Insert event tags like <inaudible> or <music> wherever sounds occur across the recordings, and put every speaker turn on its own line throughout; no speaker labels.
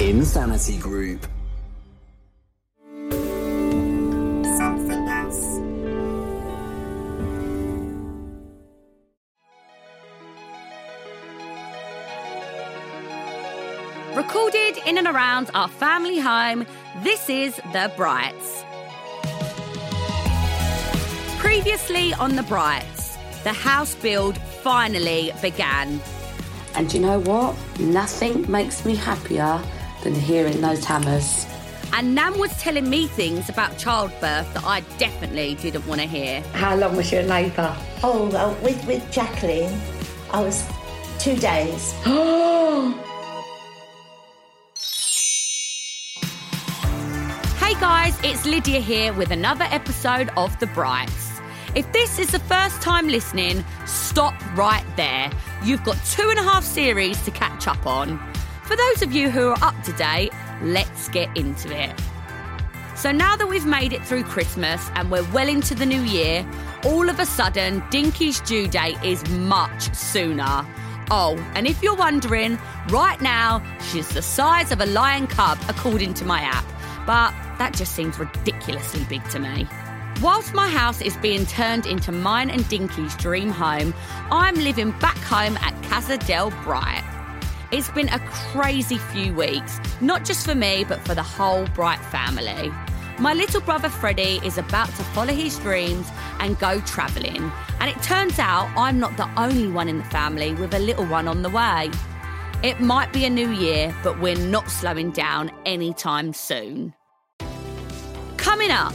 Insanity Group.
something else.
Recorded in and around our family home, this is The Brights. Previously on The Brights, the house build finally began.
And you know what? Nothing makes me happier than hearing those hammers.
And Nan was telling me things about childbirth that I definitely didn't want to hear.
How long was your labour?
Oh, well, with, with Jacqueline, I was two days.
Hey guys, it's Lydia here with another episode of The Brights. If this is the first time listening, stop right there. You've got two and a half series to catch up on. For those of you who are up to date, let's get into it. So now that we've made it through Christmas and we're well into the new year, all of a sudden Dinky's due date is much sooner. Oh, and if you're wondering, right now she's the size of a lion cub according to my app, but that just seems ridiculously big to me. Whilst my house is being turned into mine and Dinky's dream home, I'm living back home at Casa del Bright. It's been a crazy few weeks, not just for me, but for the whole Bright family. My little brother Freddie is about to follow his dreams and go travelling, and it turns out I'm not the only one in the family with a little one on the way. It might be a new year, but we're not slowing down anytime soon. Coming up,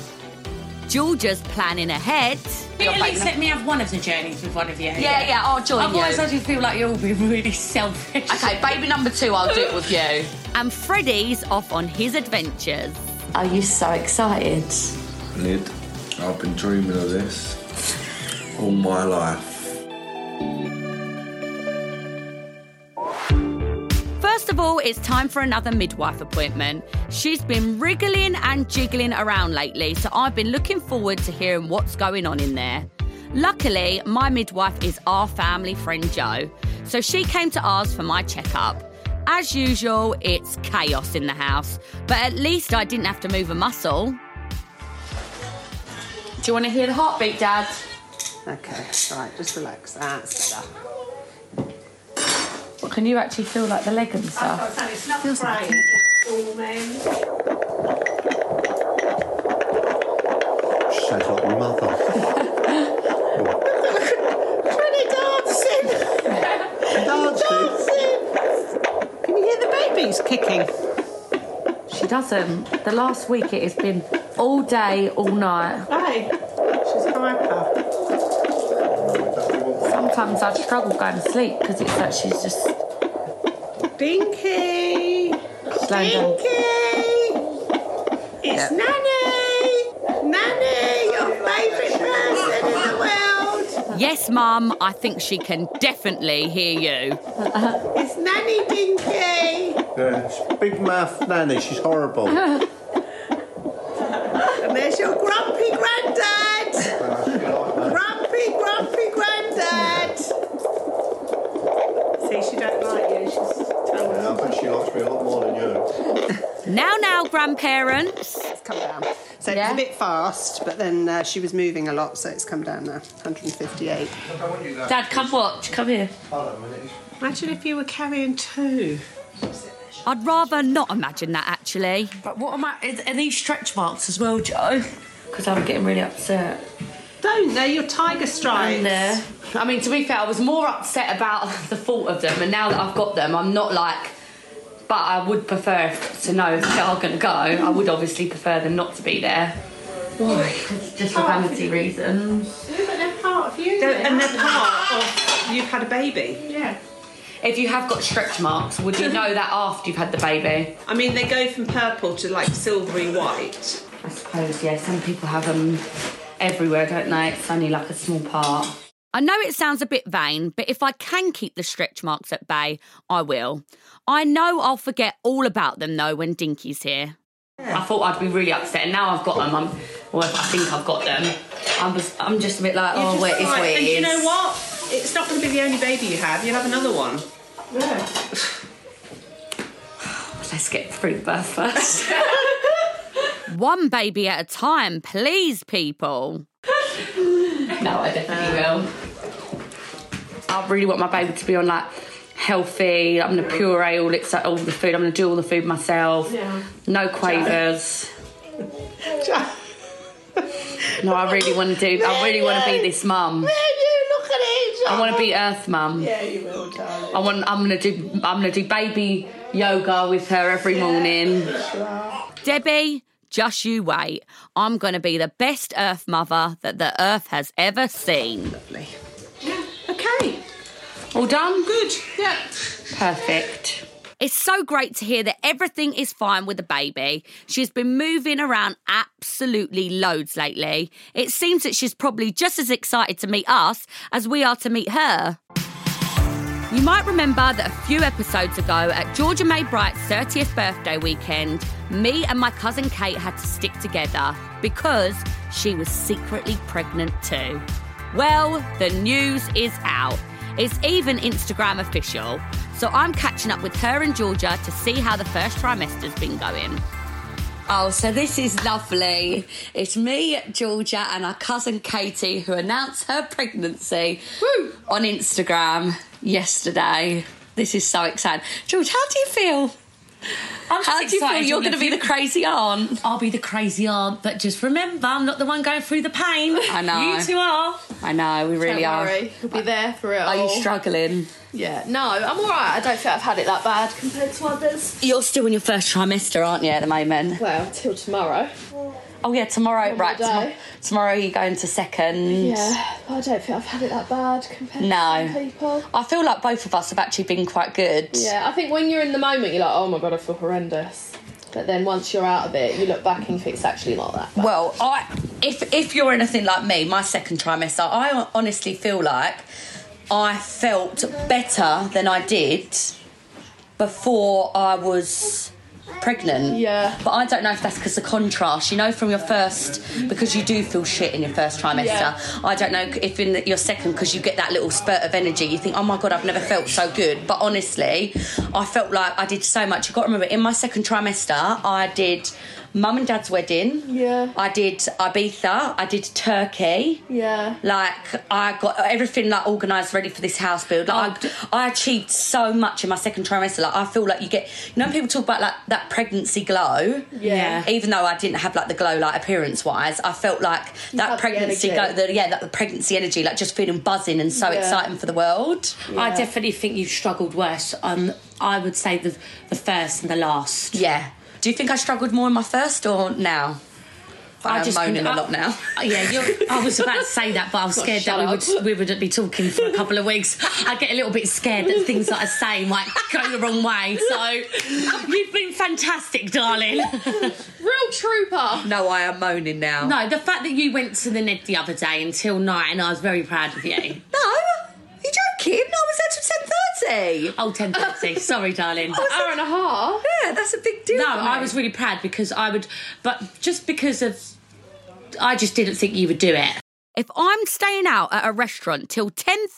Georgia's planning ahead.
But at least let me have one of the journeys with one of you.
Yeah, yeah, I'll join
Otherwise,
you.
I just feel like you're all being <laughs> really selfish.
Okay, baby number two, I'll do it with you.
And Freddie's off on his adventures.
Are you so excited?
Ned, I've been dreaming of this all my life.
First of all, it's time for another midwife appointment. She's been wriggling and jiggling around lately, so I've been looking forward to hearing what's going on in there. Luckily, my midwife is our family friend Joe, so she came to ours for my checkup. As usual, it's chaos in the house, but at least I didn't have to move a muscle. Do you want to hear the heartbeat, Dad?
Okay, right, just relax. That's better.
Can you actually feel like the leg and stuff?
It's not great.
Sounds like my mother.
Pretty <laughs> dancing!
Dancing.
Can you hear the babies kicking?
She doesn't. The last week it has been all day, all night.
Hey, she's hyper.
Sometimes I struggle going to sleep because it's like she's just
Dinky!
slowing down.
Dinky! It's Nanny! Nanny, your favourite person in the world!
Yes, Mum, I think she can definitely hear you.
It's Nanny Dinky!
Yeah, she's big mouth nanny. She's
<laughs>
horrible. She's
And there's your grumpy granddad! Grumpy, grumpy granddad! See, she don't like you. She's telling
I bet she likes me a lot more than you.
Now, now, grandparents.
come down. So
Yeah.
it was a bit fast, but then uh, she was moving a lot, so it's come down now. 158.
Dad, come watch, come here.
Imagine if you were carrying two.
I'd rather not imagine that actually.
But what am I? Is, are these stretch marks as
<laughs>
well, Joe?
Because I'm getting really upset.
Don't they? Your tiger stripes.
There.
uh, I mean, to be fair, I was more upset about <laughs> the thought of them, and now that I've got them, I'm not like. But I would prefer if- to know if they are going to go. I would obviously prefer them not to be there. Why? Just for vanity reasons.
They're- and <laughs> they're part of you've had a baby.
If you have got stretch marks, would you know that after you've had the baby?
I mean, they go from purple to like silvery white.
I suppose, yeah, some people have them everywhere, don't they? It's only like a small part. I know it sounds a bit vain, but if I can keep the stretch marks at bay, I will. I know I'll forget all about them though when Dinky's here. I thought I'd be really upset, and now I've got them. I'm, well, I think I've got them. I'm just, I'm just a bit like,
You're
oh,
just
where is
like-
where it
And you
is.
know what? It's not going to be the only baby you have. You'll have another one.
I
let's get through the birth first.
One baby at a time, please, people.
no, I definitely will. Um, I really want my baby to be on like healthy. I'm gonna puree all its all the food. I'm gonna do all the food myself. No quavers. No, I really want to do. I really want to be this mum.
look at it.
I want to be Earth Mum.
Yeah, you will, darling.
I want. I'm gonna do. I'm gonna do baby yoga with her every morning.
Debbie, just you wait. I'm going to be the best Earth mother that the Earth has ever seen.
Okay.
All done.
Good. Yeah.
Perfect.
It's so great to hear that everything is fine with the baby. She's been moving around absolutely loads lately. It seems that she's probably just as excited to meet us as we are to meet her. You might remember that a few episodes ago at Georgia May Bright's 30th birthday weekend, me and my cousin Kate had to stick together because she was secretly pregnant too. Well, the news is out. It's even Instagram official. So I'm catching up with her and Georgia to see how the first trimester's been going.
Oh, so this is lovely. It's me, Georgia, and our cousin Katie, who announced her pregnancy on Instagram yesterday. This is so exciting. George, how do you feel?
I'm
How do you feel you're going to be the crazy aunt?
I'll be the crazy aunt, but just remember, I'm not the one going through the pain.
I know.
You two are.
I know, we really
Don't
are.
worry, Oh. we'll be there for it.
Are
all.
you struggling?
Yeah, no, I'm all right. I don't think I've had it that bad compared to others.
You're still in your first trimester, aren't you, at the moment?
Well, till tomorrow.
Oh, yeah, tomorrow, right.
day.
Tomorrow, tomorrow you're going to second.
Yeah, but I don't think I've had it that bad compared
No.
to some people.
I feel like both of us have actually been quite good.
Yeah, I think when you're in the moment, you're like, oh my god, I feel horrendous. But then once you're out of it, you look back and you think it's actually not that bad.
Well, I if if you're anything like me, my second trimester, I honestly feel like I felt better than I did before I was pregnant.
Yeah.
But I don't know if that's because the contrast, you know, from your first because you do feel shit in your first trimester.
Yeah.
I don't know if in your second because you get that little spurt of energy, you think, oh my god, I've never felt so good. But honestly, I felt like I did so much. You got to remember, in my second trimester, I did mum and dad's wedding.
Yeah.
I did Ibiza. I did Turkey.
Yeah.
Like I got everything like organised, ready for this house build.
Oh,
Like, I, I achieved so much in my second trimester. Like I feel like you get, you know, when people talk about like that pregnancy glow.
Yeah.
Even though I didn't have like the glow, like appearance wise, I felt like
had
that
the
pregnancy glow.
energy.
The, yeah, that the pregnancy energy, like just feeling buzzing and so
Yeah.
exciting for the world.
I definitely think you've struggled worse. Um, I would say the the first and the last.
Yeah. Do you think I struggled more in my first or now? I, am moaning a lot now.
Uh, Yeah, you're, I was about to say that, but I was scared that we would we would be talking for a couple of weeks. I get a little bit scared that things that I say might go the wrong way.
<laughs>
So you've been fantastic, darling.
Real trooper.
<laughs> No, I am moaning now.
No, the fact that you went to the Ned the other day until nine, I was very proud of you.
No, you joking? No, I was there till ten thirty.
Oh, 10.30. Sorry, darling.
Hour and a half.
Yeah, that's a big deal.
No,
for me.
I was really proud because I would, but just because of, I just didn't think you would do it.
If I'm staying out at a restaurant till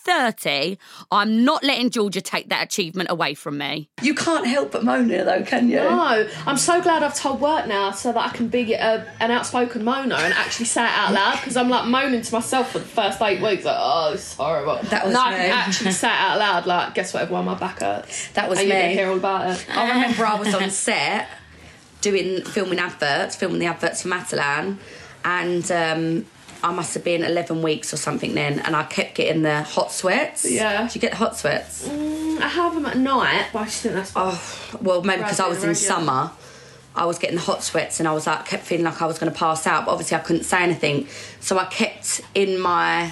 10:30, I'm not letting Georgia take that achievement away from me.
You can't help but moaning though, can you?
No, I'm so glad I've told work now so that I can be a, an outspoken moaner and actually say it out loud because I'm like moaning to myself for the first eight weeks like oh this is horrible.
That was
now I
me.
can actually say it out loud like guess what everyone my back hurts.
That was
and You're
me.
gonna hear all about it.
I remember I was on set doing filming adverts, filming the adverts for Matalan, and um, I must have been eleven weeks or something then, and I kept getting the hot sweats.
Yeah.
Do you get the hot sweats?
I have them at night, but I just think that's
Oh, well, maybe because I was in
Regular, regular.
summer. I was getting the hot sweats and I was like, kept feeling like I was going to pass out, but obviously I couldn't say anything. So I kept in my,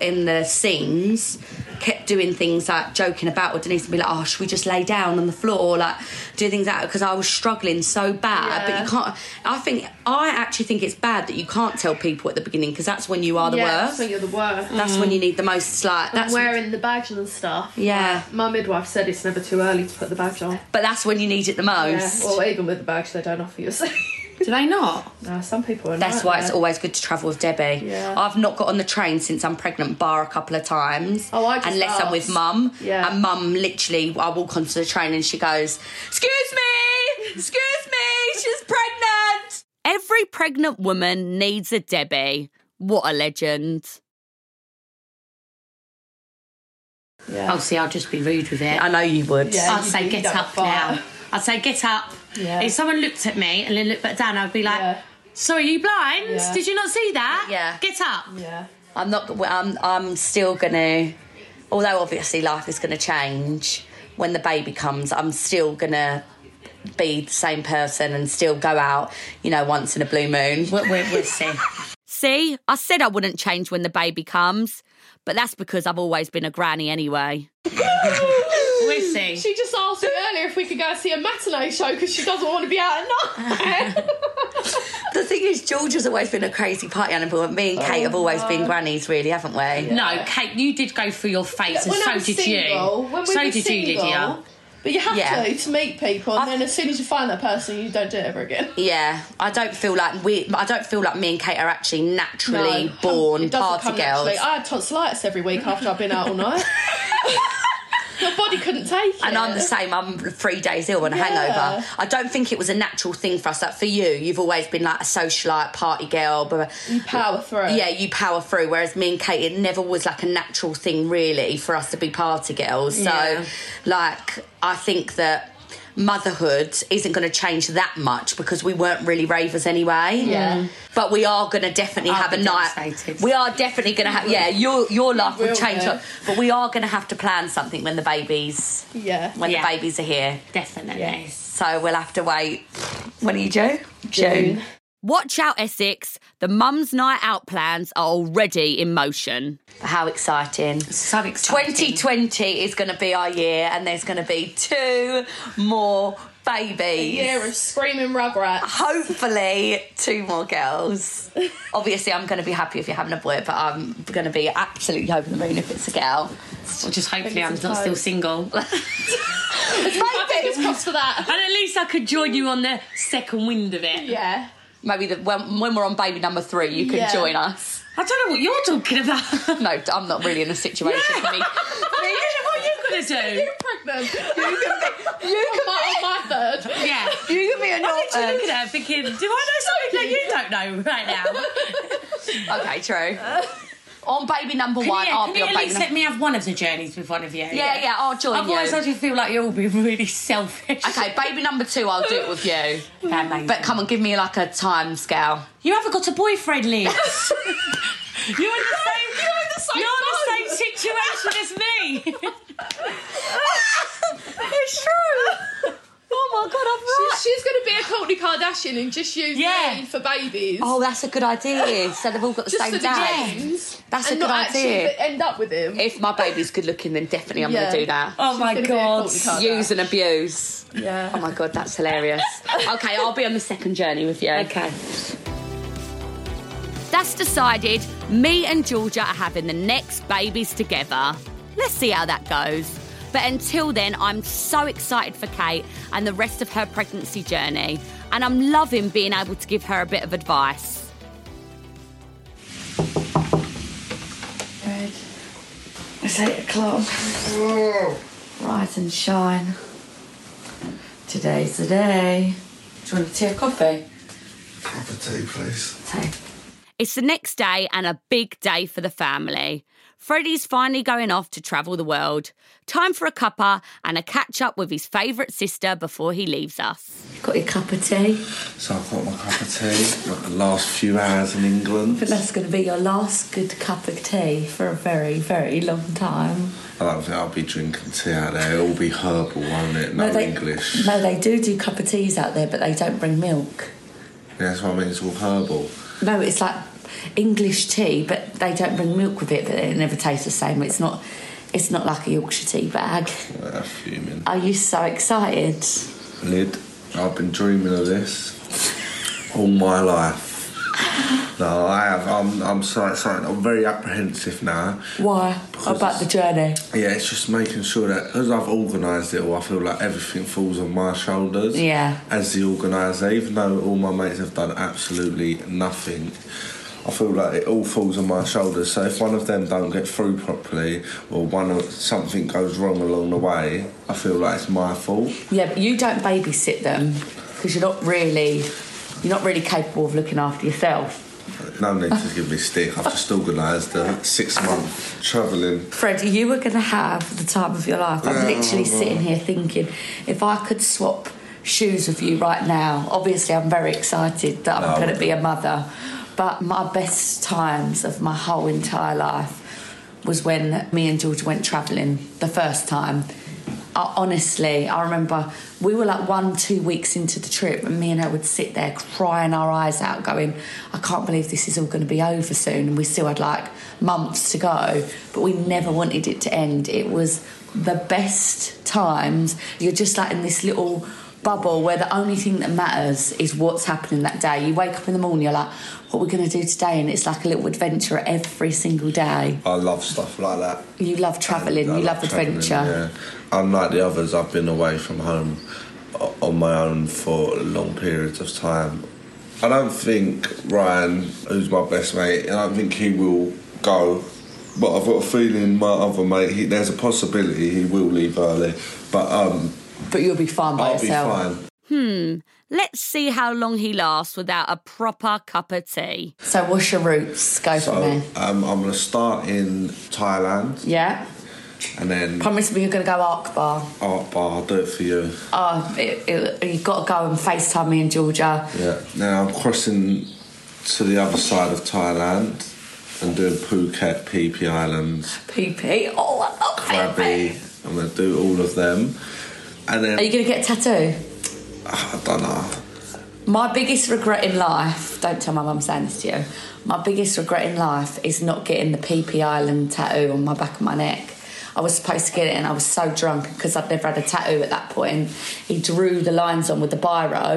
in the scenes, kept doing things like joking about with Denise and be like, oh, should we just lay down on the floor or like do things like Because I was struggling so bad. But
Yeah.
you can't, I think, I actually think it's bad that you can't tell people at the beginning because that's when you are the
yeah,
worst.
I think you're the worst.
That's when you need the most, like, that's
Wearing the badge and stuff.
Yeah.
My midwife said it's never too early to put the badge on.
but that's when you need it the
Yeah.
most.
Well, even with the badge, they don't offer you. a seat.
Do they not?
no, some people are.
That's why it's always good to travel with Debbie.
Yeah.
I've not got on the train since I'm pregnant, bar a couple of times.
Oh, I just
unless I'm with
asked.
mum.
Yeah.
And mum, literally, I walk onto the train and she goes, "Excuse me," Excuse me, she's pregnant.
Every pregnant woman needs a Debbie. What a legend.
Oh, see, I'll just be rude with it.
I know you would.
Yeah,
I'd
you-
say
you
get
don't
up
fart.
now. I'd say get up.
Yeah.
If someone looked at me and then looked back down, I'd be like,
Yeah.
"Sorry, you blind?
Yeah.
Did you not see that?
Yeah.
Get up."
Yeah.
I'm not. I'm. I'm still gonna. Although obviously life is gonna change when the baby comes. I'm still gonna be the same person and still go out. You know, once in a blue moon.
We'll, we'll, we'll see.
See, I said I wouldn't change when the baby comes, but that's because I've always been a granny anyway.
We'll see.
She just asked me earlier if we could go and see a matinee show because she doesn't want to be out
<laughs>
at night.
The thing is, George has always been a crazy party animal, and me and Kate have always
Oh.
been grannies, really, haven't we?
No, Kate, you did go through your phase, and
when I
so
was
did
single,
you.
When we
so
were
did
single,
you, Lydia.
But you have
Yeah.
to to meet people, and
I-
then as soon as you find that person, you don't do it ever again.
Yeah, I don't feel like we. I don't feel like me and Kate are actually naturally
No,
<laughs> born
it doesn't
party
come
girls.
naturally. I had tonsillitis every week after I've been out
<laughs>
all night. Your body couldn't take it.
And I'm the same. I'm three days ill and a
Yeah.
hangover. I don't think it was a natural thing for us. Like for you, you've always been like a socialite, party girl. Blah, blah.
power through.
Yeah, you power through. Whereas me and Kate, it never was like a natural thing really for us to be party girls. So,
Yeah.
like, I think that motherhood isn't going to change that much because we weren't really ravers anyway.
Yeah.
But we are going to definitely
I'll
have a
be
night.
devastated.
We are definitely going to have. Yeah, your your life will
will,
change.
yeah.
up. But we are going to have to plan something when the babies
Yeah.
when
Yeah.
the babies are here.
Definitely.
So we'll have to wait. When are you due? June.
Watch out, Essex. The mum's night out plans are already in motion.
How exciting.
So exciting.
2020 is going to be our year, and there's going to be two more babies.
Year of screaming rugrats.
Hopefully, two more girls.
<laughs>
Obviously, I'm going to be happy if you're having a boy, but I'm going to be absolutely over the moon if it's a girl.
Well, just hopefully I'm not still single. <laughs>
Fingers crossed for that.
And at least I could join you on the second wind of it.
Yeah.
Maybe the, when, when we're on baby number three, you can
Yeah.
join us.
I don't know what you're talking about.
No, I'm not really in a situation
<laughs>
for me.
what are you gonna do?
You're pregnant. You can be. You can be. On my third.
Yeah.
You can be an
Literally looking at her thinking, do I know something that you don't know right now?
Okay, true. <laughs> on baby number
Can
one,
you,
I'll
can
be
you
on
at
baby
least
number
let me have one of the journeys with one of you?
Yeah, yeah, I'll join
Otherwise,
you.
I just feel like you're all being really selfish. <laughs>
Okay, baby number two, I'll do it with you.
Amazing.
But come on, give me like a time scale.
you haven't got a boyfriend, Liz. you're in the same. You're in the same. You're in the same situation as me.
it's
<laughs>
true. Oh my god, I've
She- She's going to be a Courtney Kardashian and just use
Yeah.
me for babies.
Oh, that's a good idea. So they've all got the
just
same
for the
dad.
games.
That's a
and
good
not
idea.
actually end up with him.
If my baby's good looking, then definitely I'm
Yeah.
going to do that.
Oh my
gonna be a
god.
Courtney Kardashian.
Use and abuse. Oh
yeah.
my god, that's hilarious. okay, I'll be on the second journey with you.
Okay.
That's decided. Me and Georgia are having the next babies together. Let's see how that goes. But until then, I'm so excited for Kate and the rest of her pregnancy journey. And I'm loving being able to give her a bit of advice.
It's eight o'clock. Rise and shine. Today's the day. Do you want a tea or coffee?
Proper tea, please.
Tea.
It's the next day and a big day for the family. Freddie's finally going off to travel the world. Time for a cuppa and a catch up with his favourite sister before he leaves us.
Got your cup of tea.
So I've got my cup of tea. Like the last few hours in England.
But that's going to be your last good cup of tea for a very, very long time.
I don't think I'll be drinking tea out there. It'll be herbal, won't it? No,
they,
English.
No, they do do cup of teas out there, but they don't bring milk.
Yeah, that's what I mean. It's all herbal.
No, it's like English tea, but they don't bring milk with it. But it never tastes the same. It's not. It's not like a Yorkshire tea bag.
Uh, fuming.
Are you so excited?
Lid. I've been dreaming of this all my life. <laughs> No, I have. I'm, I'm so excited. I'm very apprehensive now.
Why
Because
about the journey?
Yeah, it's just making sure that as I've organised it all, I feel like everything falls on my shoulders.
Yeah.
As the organiser, even though all my mates have done absolutely nothing, I feel like it all falls on my shoulders. So if one of them don't get through properly, or one of something goes wrong along the way, I feel like it's my fault.
Yeah, but you don't babysit them.
because you're not really you're not really capable of looking after yourself.
No need to give me stick. I've just organised a six month travelling.
Fred, you were going to have the time of your life. I'm
Yeah,
literally
I will.
sitting here thinking, if I could swap shoes with you right now, obviously I'm very excited that I'm
No, I
going to be a mother. But my best times of my whole entire life was when me and George went travelling the first time. I, honestly, I remember we were like one, two weeks into the trip, and me and her would sit there crying our eyes out, going, I can't believe this is all going to be over soon. And we still had like months to go, but we never wanted it to end. It was the best times. You're just like in this little bubble where the only thing that matters is what's happening that day. You wake up in the morning, you're like, what we're going to do today? And it's like a little adventure every single day.
I love stuff like that.
You love travelling,
I
you love
travelling,
adventure.
Yeah. Unlike the others, I've been away from home o- on my own for long periods of time. I don't think Ryan, who's my best mate, I don't think he will go. But I've got a feeling my other mate, he, there's a possibility he will leave early. But um,
But you'll be fine by
I'll
yourself.
be fine.
Let's see how long he lasts without a proper cup of tea.
So what's your roots? Go from
So
there.
um, I'm going to start in Thailand
Yeah.
and then
Promise me you're going to go Akbar.
art bar. I'll do it for you.
Oh, it, it, you've got to go and FaceTime me and Georgia.
Yeah. Now I'm crossing to the other side of Thailand and doing Phuket, Phi Phi Islands,
PP. Oh, I love
Krabi.
PP.
I'm gonna do all of them, and then
Are you going to get a tattoo?
Ah, I don't know.
My biggest regret in life, don't tell my mum I'm saying this to you, my biggest regret in life is not getting the PP Island tattoo on my back of my neck. I was supposed to get it and I was so drunk because I'd never had a tattoo at that point. He drew the lines on with the biro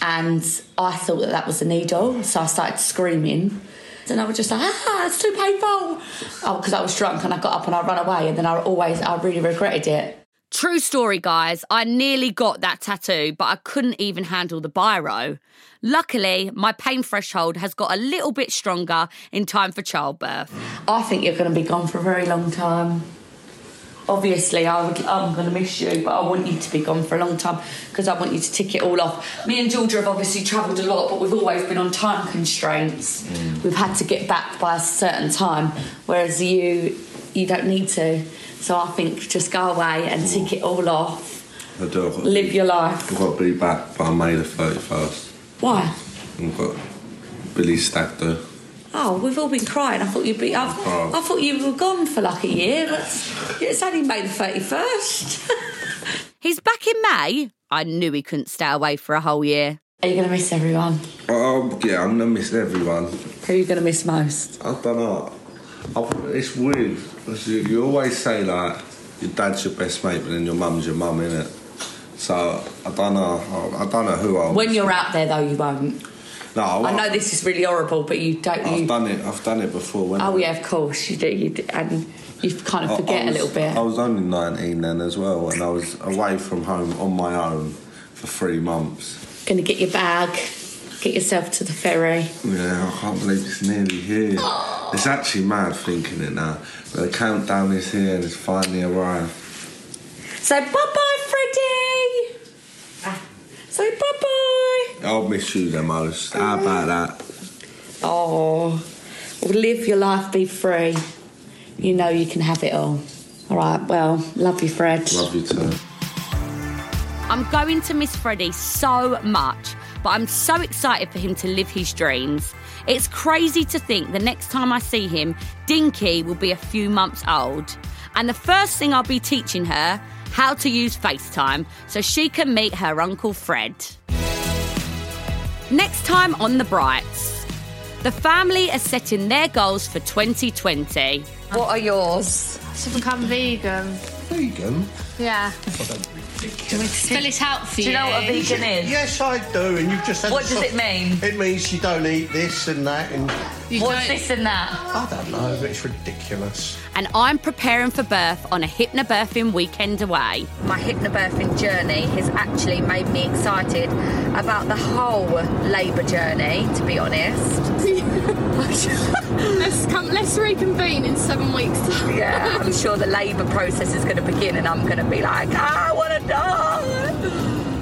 and I thought that that was a needle, so I started screaming. And I was just like, ah, it's too painful. Oh, because I was drunk and I got up and I ran away and then I always, I really regretted it.
True story, guys. I nearly got that tattoo, but I couldn't even handle the biro. Luckily, my pain threshold has got a little bit stronger in time for childbirth.
I think you're going to be gone for a very long time. Obviously, I would, I'm going to miss you, but I want you to be gone for a long time because I want you to tick it all off. Me and Georgia have obviously travelled a lot, but we've always been on time constraints. We've had to get back by a certain time, whereas you, you don't need to. So I think just go away and tick it all off.
I do. I've got to
Live
be-
your life.
I've got to be back by May the thirty first.
Why?
I've got Billy Stag do.
Oh, we've all been crying. I thought you'd be. I've,
Oh.
I thought you were gone for like a year. That's, it's only May the thirty first.
He's back in May. I knew he couldn't stay away for a whole year.
Are you going to miss everyone?
Um, yeah, I'm gonna miss everyone.
Who are you going to miss most?
I don't know. I, it's weird. 'cause You, you always say like your dad's your best mate, but then your mum's your mum, innit? So I don't know. I, I don't know who I'll.
When you're out there, though, you won't.
no, I,
I know this is really horrible, but you don't.
I've
You,
done it. I've done it before. When
oh yeah, of course you do. You do, and you kind
I-
of forget
I was,
a little bit.
I was only 19 then as well, and I was away from home on my own for three months.
Going to get your bag, get yourself to the ferry.
Yeah, I can't believe it's nearly here. It's actually mad thinking it now. But the countdown is here, and it's finally arrived.
Say bye bye, Freddie. Say bye bye.
I'll miss you the most. How about that?
Oh, well, live your life, be free. You know you can have it all. All right. Well, love you, Fred.
Love you too.
I'm going to miss Freddie so much, but I'm so excited for him to live his dreams. It's crazy to think the next time I see him, Dinky will be a few months old. And the first thing I'll be teaching her how to use FaceTime so she can meet her Uncle Fred. Next time on The Brights, the family are setting their goals for 2020.
What are yours?
To become vegan.
Vegan?
Yeah. Spell it out for you.
Do you know what a vegan is?
Yes, I do, and you've just had
What does it mean?
It means you don't eat this and that, and
You
What's
don't-
this and that?
I don't know, but it's ridiculous.
And I'm preparing for birth on a hypnobirthing weekend away.
My hypnobirthing journey has actually made me excited about the whole labour journey, to be honest.
Let's come. Let's reconvene in seven weeks. time.
Yeah, I'm sure the labour "Ah, process is going to begin and I'm going to be like, I want to die.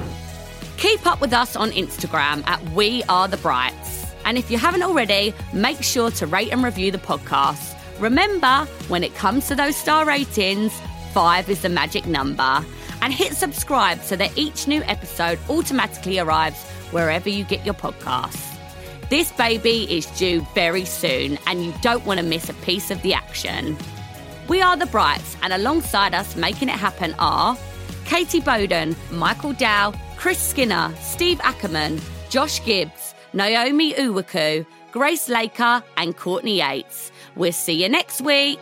Keep Keep up with us on Instagram at We Are The Brights. And if you haven't already, make sure to rate and review the podcast. Remember, when it comes to those star ratings, five is the magic number. And hit subscribe so that each new episode automatically arrives wherever you get your podcasts. This baby is due very soon, and you don't want to miss a piece of the action. We are the Brights, and alongside us making it happen are Katie Bowden, Michael Dow, Chris Skinner, Steve Ackerman, Josh Gibbs, Naomi Uwaku, Grace Laker, and Courtney Yates. We'll see you next week.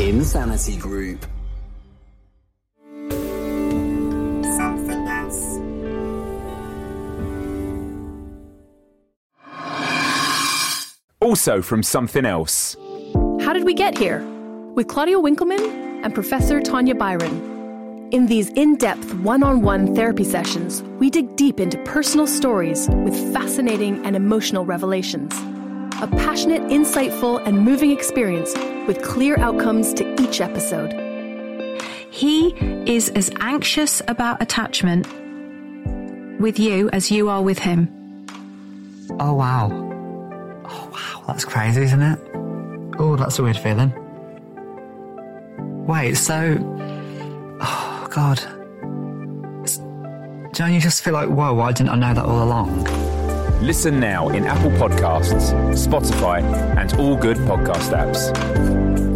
Insanity Group.
Something else.
Also from something else.
How did we get here? With Claudia Winkleman and Professor Tanya Byron. In these in depth one on one therapy sessions, we dig deep into personal stories with fascinating and emotional revelations. A passionate, insightful, and moving experience with clear outcomes to each episode.
He is as anxious about attachment with you as you are with him.
Oh wow. Oh wow, that's crazy, isn't it? Oh, that's a weird feeling. Wait, so oh god. It's- Don't you just feel like, whoa, why didn't I know that all along?
Listen now in Apple Podcasts, Spotify, and all good podcast apps.